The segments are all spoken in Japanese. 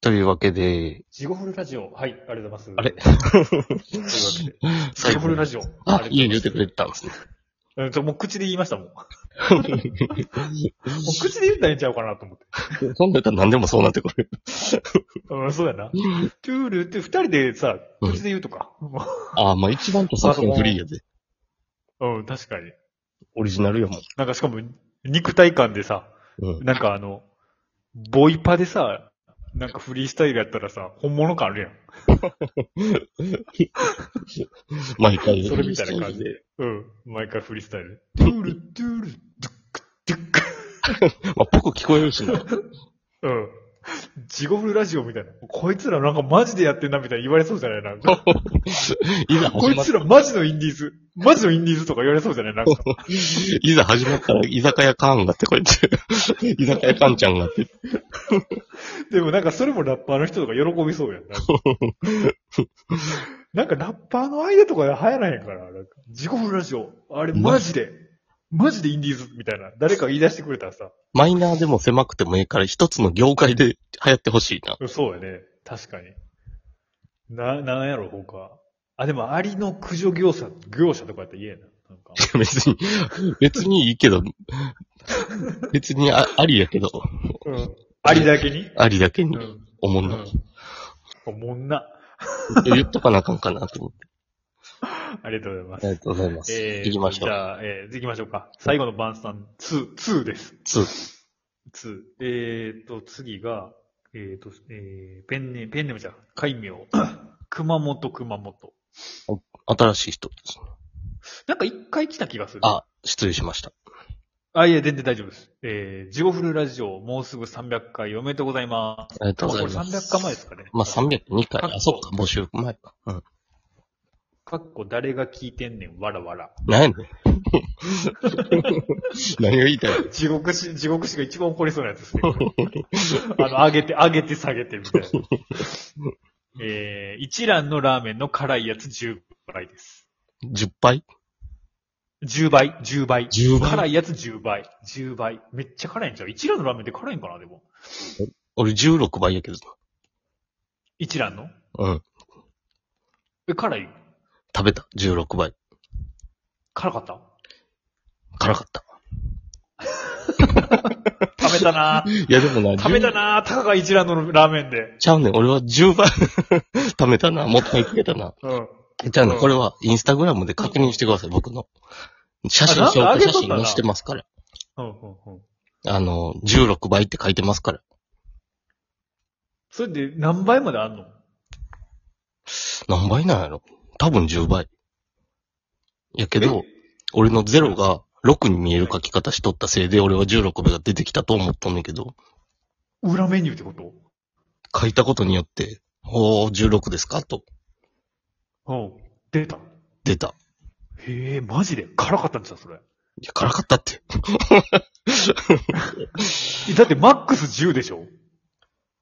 というわけ で、ジゴフルラジオ。はい、ありがとうございます。あれというわけで。ジゴフルラジオ。あ、り家が言ってとうくございれた。ますうんちょ、もう口で言いましたもん。もう口で言ったらいいんちゃうかなと思って。そんだったら何でもそうなってくる。うん、そうやな。トゥールって二人でさ、うん口で言うとか。あ、まあ一番とさ、そのフリーやで。うん、確かに。オリジナルやもん。なんかしかも、肉体感でさ、うん。なんかあの、ボイパでさ、なんかフリースタイルやったらさ、本物感ある毎回。やん。それみたいな感じで。うん、毎回フリースタイル。トゥール、トゥール、ドゥック、ドゥック。まあ僕聞こえるしな。うん。地獄ラジオみたいな。こいつらなんかマジでやってんなみたいに言われそうじゃないなんか。いざこ始いまっつらマジのインディーズ。マジのインディーズとか言われそうじゃないなんか。いざ始まったら、居酒屋カーンがってこい つ。居酒屋カンちゃんがって。でもなんかそれもラッパーの人とか喜びそうやん。なんかなんかラッパーの間とかで流行らへんから。なんか地獄ラジオ。あれマジで。マジでインディーズみたいな。誰か言い出してくれたらさ。マイナーでも狭くてもいいから、一つの業界で流行ってほしいな。うんそうやね。確かに。な、なんやろ、他。あ、でも、アリの駆除業者、業者とかやったら言えな。なんか。別に、別にいいけど、別にあありやけど、うん。アリだけにありだけにうん。思うう。なんおもんな。言っとかなあかんかなと思って。ありがとうございあまりす。がとうございます。えー行きましょじう。ゃあ、えー、行きましょうか。最後の晩餐、2、2です。 2。 2。えーと、次が、えーと、えー、ペンネ、ペンネムじゃん。海名。 熊本、熊本。新しい人です。なんか一回来た気がする。あ、失礼しました。あ、いえ、全然大丈夫です。えー、ジゴフルラジオ、もうすぐ300回、おめでとうございます。ありがとうございこまれす。 300回前ですかね。まあ、302回。かあ、そっか、募集前か。うん。かっこ誰が聞いてんねん、わらわら。何やねん。 何を言いたいの地獄師、地獄師が一番怒りそうなやつですね。あの、上げて、上げて下げてみたいな。えー、一蘭のラーメンの辛いやつ10倍です。 ?10 杯10倍、10倍。 10倍辛いやつ10倍。10倍。めっちゃ辛いんちゃう一蘭のラーメンって辛いんかなでも。俺16倍やけど一蘭のな。うん。え、辛い食べた。16倍。辛かった辛かった。食べたな ぁ。いや、でもな、食べた10なぁ。たかが一蘭のラーメンで。ちゃうねん。俺は10倍 食べたな。もったいつけたな。うん。ちゃうね。うんんこれはインスタグラムで確認してください、僕の。写真、あなん証かあ拠げと写ったな真載してますから。うん、うん、うん。あの、16倍って書いてますから。それで何倍まであんの何倍なんやろ多分10倍。やけど、俺の0が6に見える書き方しとったせいで、俺は16倍が出てきたと思っとんねんけど、裏メニューってこと書いたことによって、おー、16ですかと、うん。出た。出た。へえ、マジで辛かったんですよ、それ。いや、辛かったって。えだってマックス10でしょ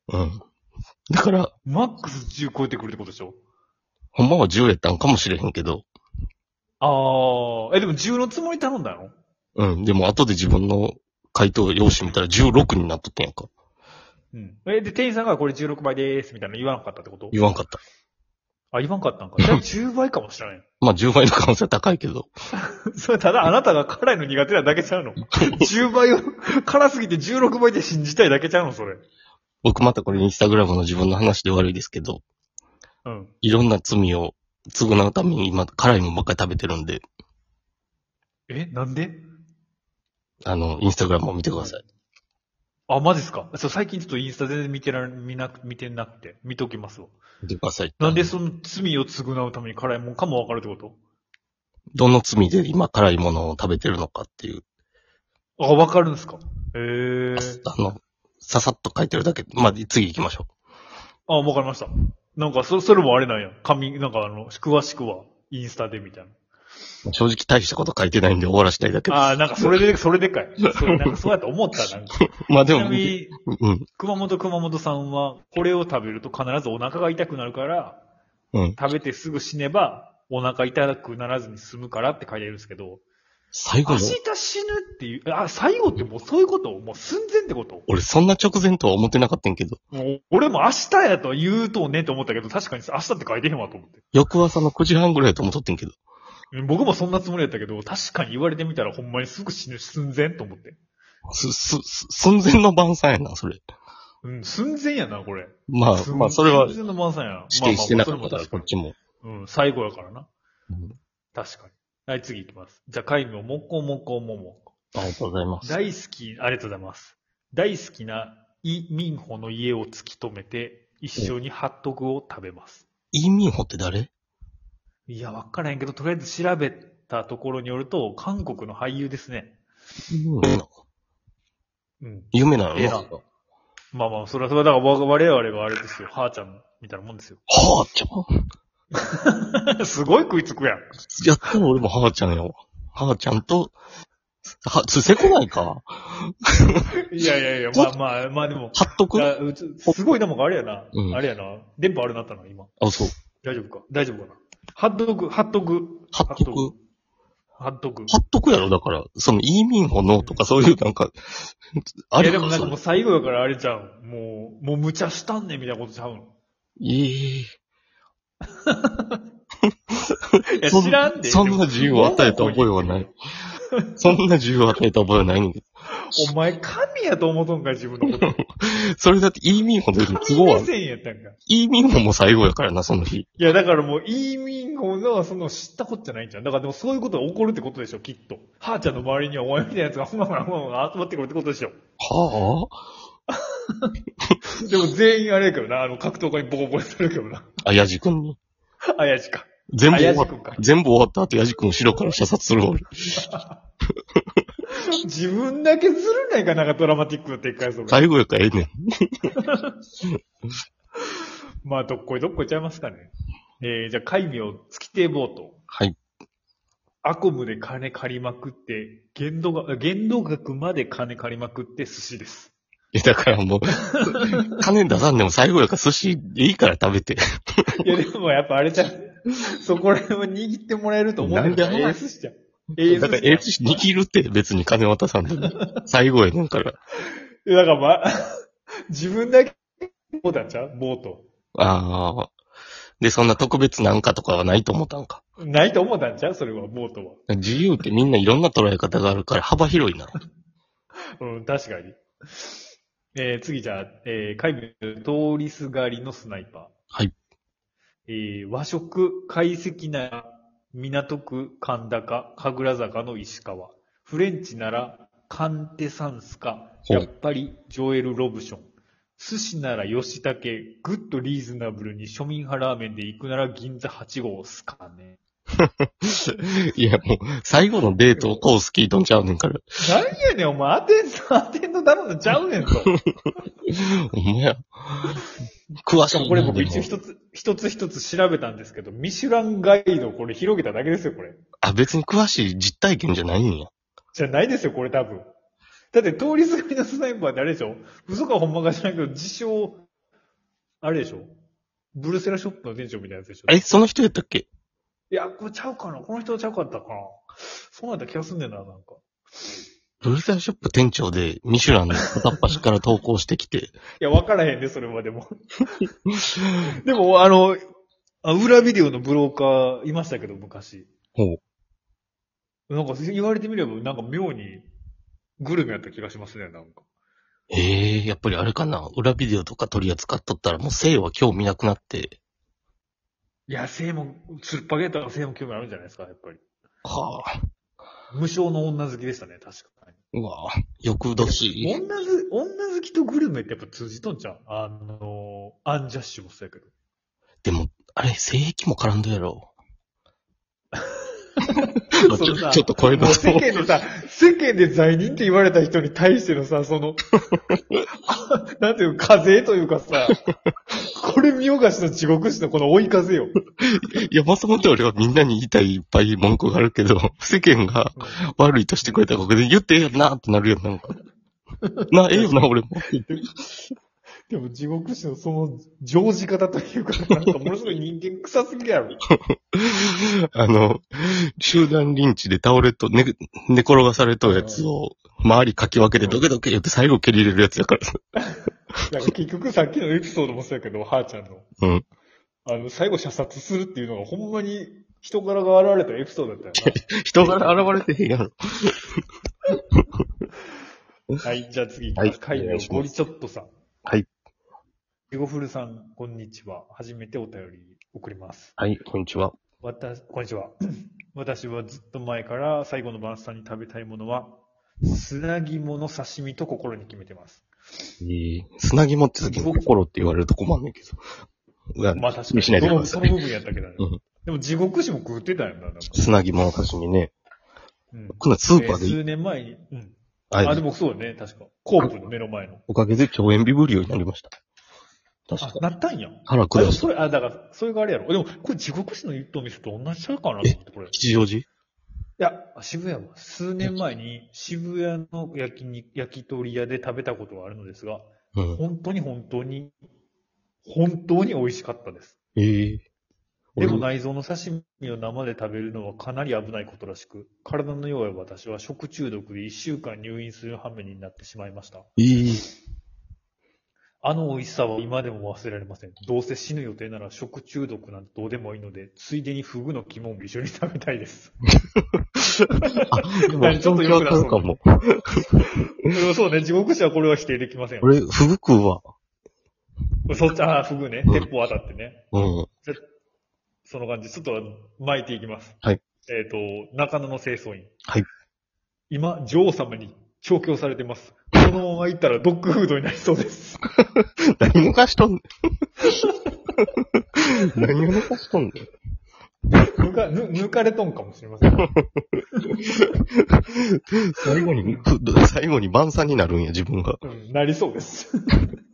うん。だから、マックス10超えてくるってことでしょほんまは10やったんかもしれへんけど、ああ、え、でも10のつもり頼んだのうん。でも後で自分の回答用紙見たら16になっとったんやんか。うん。え、で、店員さんがこれ16倍でーすみたいなの言わなかったってこと言わんかった。あ、言わんかったんか。じゃあ10倍かもしれない。まあ10倍の可能性は高いけど、 それただあなたが辛いの苦手なだけちゃ うの。10倍を、辛すぎて16倍で信じたいだけちゃうの、それ。僕またこれインスタグラムの自分の話で悪いですけど、うん。いろんな罪を償うために今、辛いもんばっかり食べてるんで、え、なんであの、インスタグラムを見てください。あ、マジっすかそう、最近ちょっとインスタ全然見てられ、見なく、見てなくて、見ときますわ。見てください。なんでその罪を償うために辛いもんかもわかるってことどの罪で今、辛いものを食べてるのかっていう、あ、わかるんですかへえー。あの、ささっと書いてるだけ。まあ、次行きましょあ、わかりました。なんか、そ、それもあれなんや。紙、なんかあの、詳しくは、インスタでみたいな。う。正直大したこと書いてないんで終わらしたいだけです。あーなんかそれで、それでかい。それなんかそうやって思った。 なんかちまあでもな、みに、うん、熊本熊本さんは、これを食べると必ずお腹が痛くなるから、うん。食べてすぐ死ねば、お腹痛くならずに済むからって書いてあるんですけど、最後明の、日死ぬっていう、あ、最後ってもうそういうこともう寸前ってこと俺そんな直前とは思ってなかったんやけど、もう俺も明日やとは言うとんねんと思ったけど、確かに明日って書いてへんわと思って。翌朝の9時半ぐらいやと思っとってんけど、うん僕もそんなつもりやったけど、確かに言われてみたらほんまにすぐ死ぬ寸前と思って。す、す、す寸前の晩餐やな、それ。うん、寸前やな、これ。まあ、寸まあ、それは寸前の晩餐やな。指定してなかったまあまかあら、それこもっちも。確かにうん、最後やからな。うん確かに。はい、次行きます。じゃあ、海名、もっこもっこもも。ありがとうございます。大好き、ありがとうございます。大好きなイ・ミンホの家を突き止めて、一緒にハットグを食べます。イ・ミンホって誰いや、わからへんけど、とりあえず調べたところによると、韓国の俳優ですね。イ・ミンホなのうん。有名なのええなまあまあ、それは、それは、だからわ我々はあれですよ。はーちゃんみたいなもん ですよ。はーちゃんすごい食いつくやん。やったら俺もはーちゃんよ。はーちゃんと、は、つ、せこないか。いやいやいや、まあまあ、まあでも、はっとくあうつすごいな、もんかあれやな。うんあれやな。電波悪なったな、今。あ、そう。大丈夫か大丈夫かなハットグ、ハットグ。はっとく。はハットグ。っとくやろ、だから。その、イーミンホのとかそういうなんか、あいれやでもなんかそもれう最後やからあれちゃう。もう、もう無茶したんねんみたいなことちゃうの。えいや、そん知らんで。そんな自由を与えた覚えはない。えそんな自由を与えた覚えはないねんけど。お前神やと思うとんか、自分 のこと。それだって、イーミンホの時都合神は目、線やったんか。イーミンホも最後やからな、その日。いや、だからもう、イーミンゴの、その、知ったことじゃないんじゃん。だからでもそういうことが起こるってことでしょ、きっと。はーちゃんの周りにはお前みたいなやつが、ほんまほんまほんま集まってくるってことでしょ。はでも全員あれやけどな、あの、格闘家にボコボコにされるけどな。ああやじくんに。あやじか。全部終わあやじくんっかた、全部終わった後、やじくん後ろから射殺する俺。自分だけずるないかなんかドラマティックな展開それ。最後やからええねん。まあ、どっこいどっこいちゃいますかね。えー、じゃあ、海名、月亭ボート。はい。アコムで金借りまくって、限度が、限度額まで金借りまくって寿司です。え、だから もう、金出さんでも最後やから寿司いいから食べて。いや、でもやっぱあ れじゃん。そこら辺は握ってもらえると思うなんでええ寿司じゃん。ええだから、寿司じえゃえん。寿司握るって別に金渡さんで も。最後やねんから。いやだからまあ、 自分だけ、ボートなんちゃうボート。ああ。で、そんな特別なんかとかはないと思ったんか。ないと思ったんちゃうそれは、ボートは。自由ってみんないろんな捉え方があるから幅広いな。うん、確かに。えー、次じゃあ、えー、海部通りすがりのスナイパー。はい。えー、和食、懐石なら、港区、神高、神楽坂の石川。フレンチなら、カンテサンスか、ほうやっぱり、ジョエル・ロブション。寿司なら吉武、グッドリーズナブルに庶民派ラーメンで行くなら銀座8号っすかね。 いや、もう、最後のデートをコース聞いとんちゃうねんから。 なんやねん、お前、当てんの、当てんのだろうのちゃうねんと。お前や。詳ししかいなもこれ僕でも一応一つ、一つ一つ調べたんですけど、ミシュランガイドをこれ広げただけですよ、これ。あ、別に詳しい実体験じゃないんや。じゃないですよ、これ多分。だって通りすがりのスナイパーってあれでしょ嘘かほんまか知らんけど、自称、あれでしょブルセラショップの店長みたいなやつでしょえ、その人やったっけいや、これちゃうかなこの人ちゃうかったかなそうなった気がすんねんな、なんか。ブルサーショップ店長でミシュランの片っ端から投稿してきて、 いや、わからへんね、それはでも。 でも、あの、あ裏ビデオのブローカーいましたけど、昔。ほう。なんか言われてみれば、なんか妙にグルメやった気がしますね、なんか。ええやっぱりあれかな、裏ビデオとか取り扱っとったらもう性は興味なくなって、いや、性も、スルッパゲーターの性も興味あるんじゃないですか、やっぱり。はあ、無償の女好きでしたね、確かうわあ、翌年、に。女好き、女好きとグルメってやっぱ通じとんじゃん。あの、アンジャッシュもそうやけど。でも、あれ、性癖も絡んだや ろ。そのちょさちょっと声のもう世間のさ、世間で罪人って言われた人に対してのさ、そ の、あなんていうか、風というかさ、これ見よがしの地獄史のこの追い風よ。いや、もともと俺はみんなに言いたいいっぱい文句があるけど、 世間が悪いとしてくれ たことで言ってええよなってなるよ、なんか。な、ええよな、俺も。でも地獄師のその、常時型というか、なんかものすごい人間臭すぎやろ。 あの、集団リンチで倒れと、ね、寝転がされとるやつを、周りかき分けてドケドケ言って最後蹴り入れるやつだからさ。なんか結局さっきのエピソードもそうやけど、はーちゃんの。うん。あの、最後射殺するっていうのがほんまに人柄が現れたエピソードだったよ人から現れてへんやろ。な。はい、じゃあ次。はい海お願いしますゴリチョットさん。はい。リゴフルさん、こんにちは。初めてお便り送ります。はい、こんにちは。私、こんにちは。 私はずっと前から最後の晩餐に食べたいものは、砂肝の刺身と心に決めてます。えー、砂肝って時に心って言われると困んねんけど。が、まあ確か気にに。しないでくだそさのいその部分やったけどね。うんでも地獄師も食ってたよな、なんか。砂肝の刺身ね。うんこんなんスーパーでえいい、数年前に。うん。ああ、でもそうだね、確か。コープの目の前の。おかげで共演日ぶりようになりました。あ確、か。なったんや。腹あ、で下もしそた。れ、あ、だから、それがあれやろ。でも、これ地獄師の一等店と同じちゃうかなと思って、これ。い吉祥寺や、渋谷は、数年前に渋谷の焼き肉焼き鳥屋で食べたことはあるのですが、うん。本当に本当に、本当に美味しかったです。ええでも俺内臓の刺身を生で食べるのはかなり危ないことらしく、体の弱い私は食中毒で1週間入院する羽目になってしまいました。ええあの美味しさは今でも忘れられません。どうせ死ぬ予定なら食中毒なんてどうでもいいので、ついでにフグの肝も一緒に食べたいです。あ、でも、何ちちょょっとっとよく良わかくなさそうるかも。そうね、地獄死はこれは否定できません。俺、フグ食うわ。そっち、ああ、フグね。うん鉄砲当たってね。うん。その感じ、ちょっと巻いていきます。はい。えっ、と、中野の清掃員。はい。今、女王様に調教されてます。このまま行ったらドッグフードになりそうです。 何抜かしとんねん。 何を抜かしとんねん。抜か、ぬ抜かれとんかもしれませ ん。最後に、最後に晩餐になるんや、自分が。うん、なりそうです。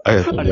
ありがとうございます。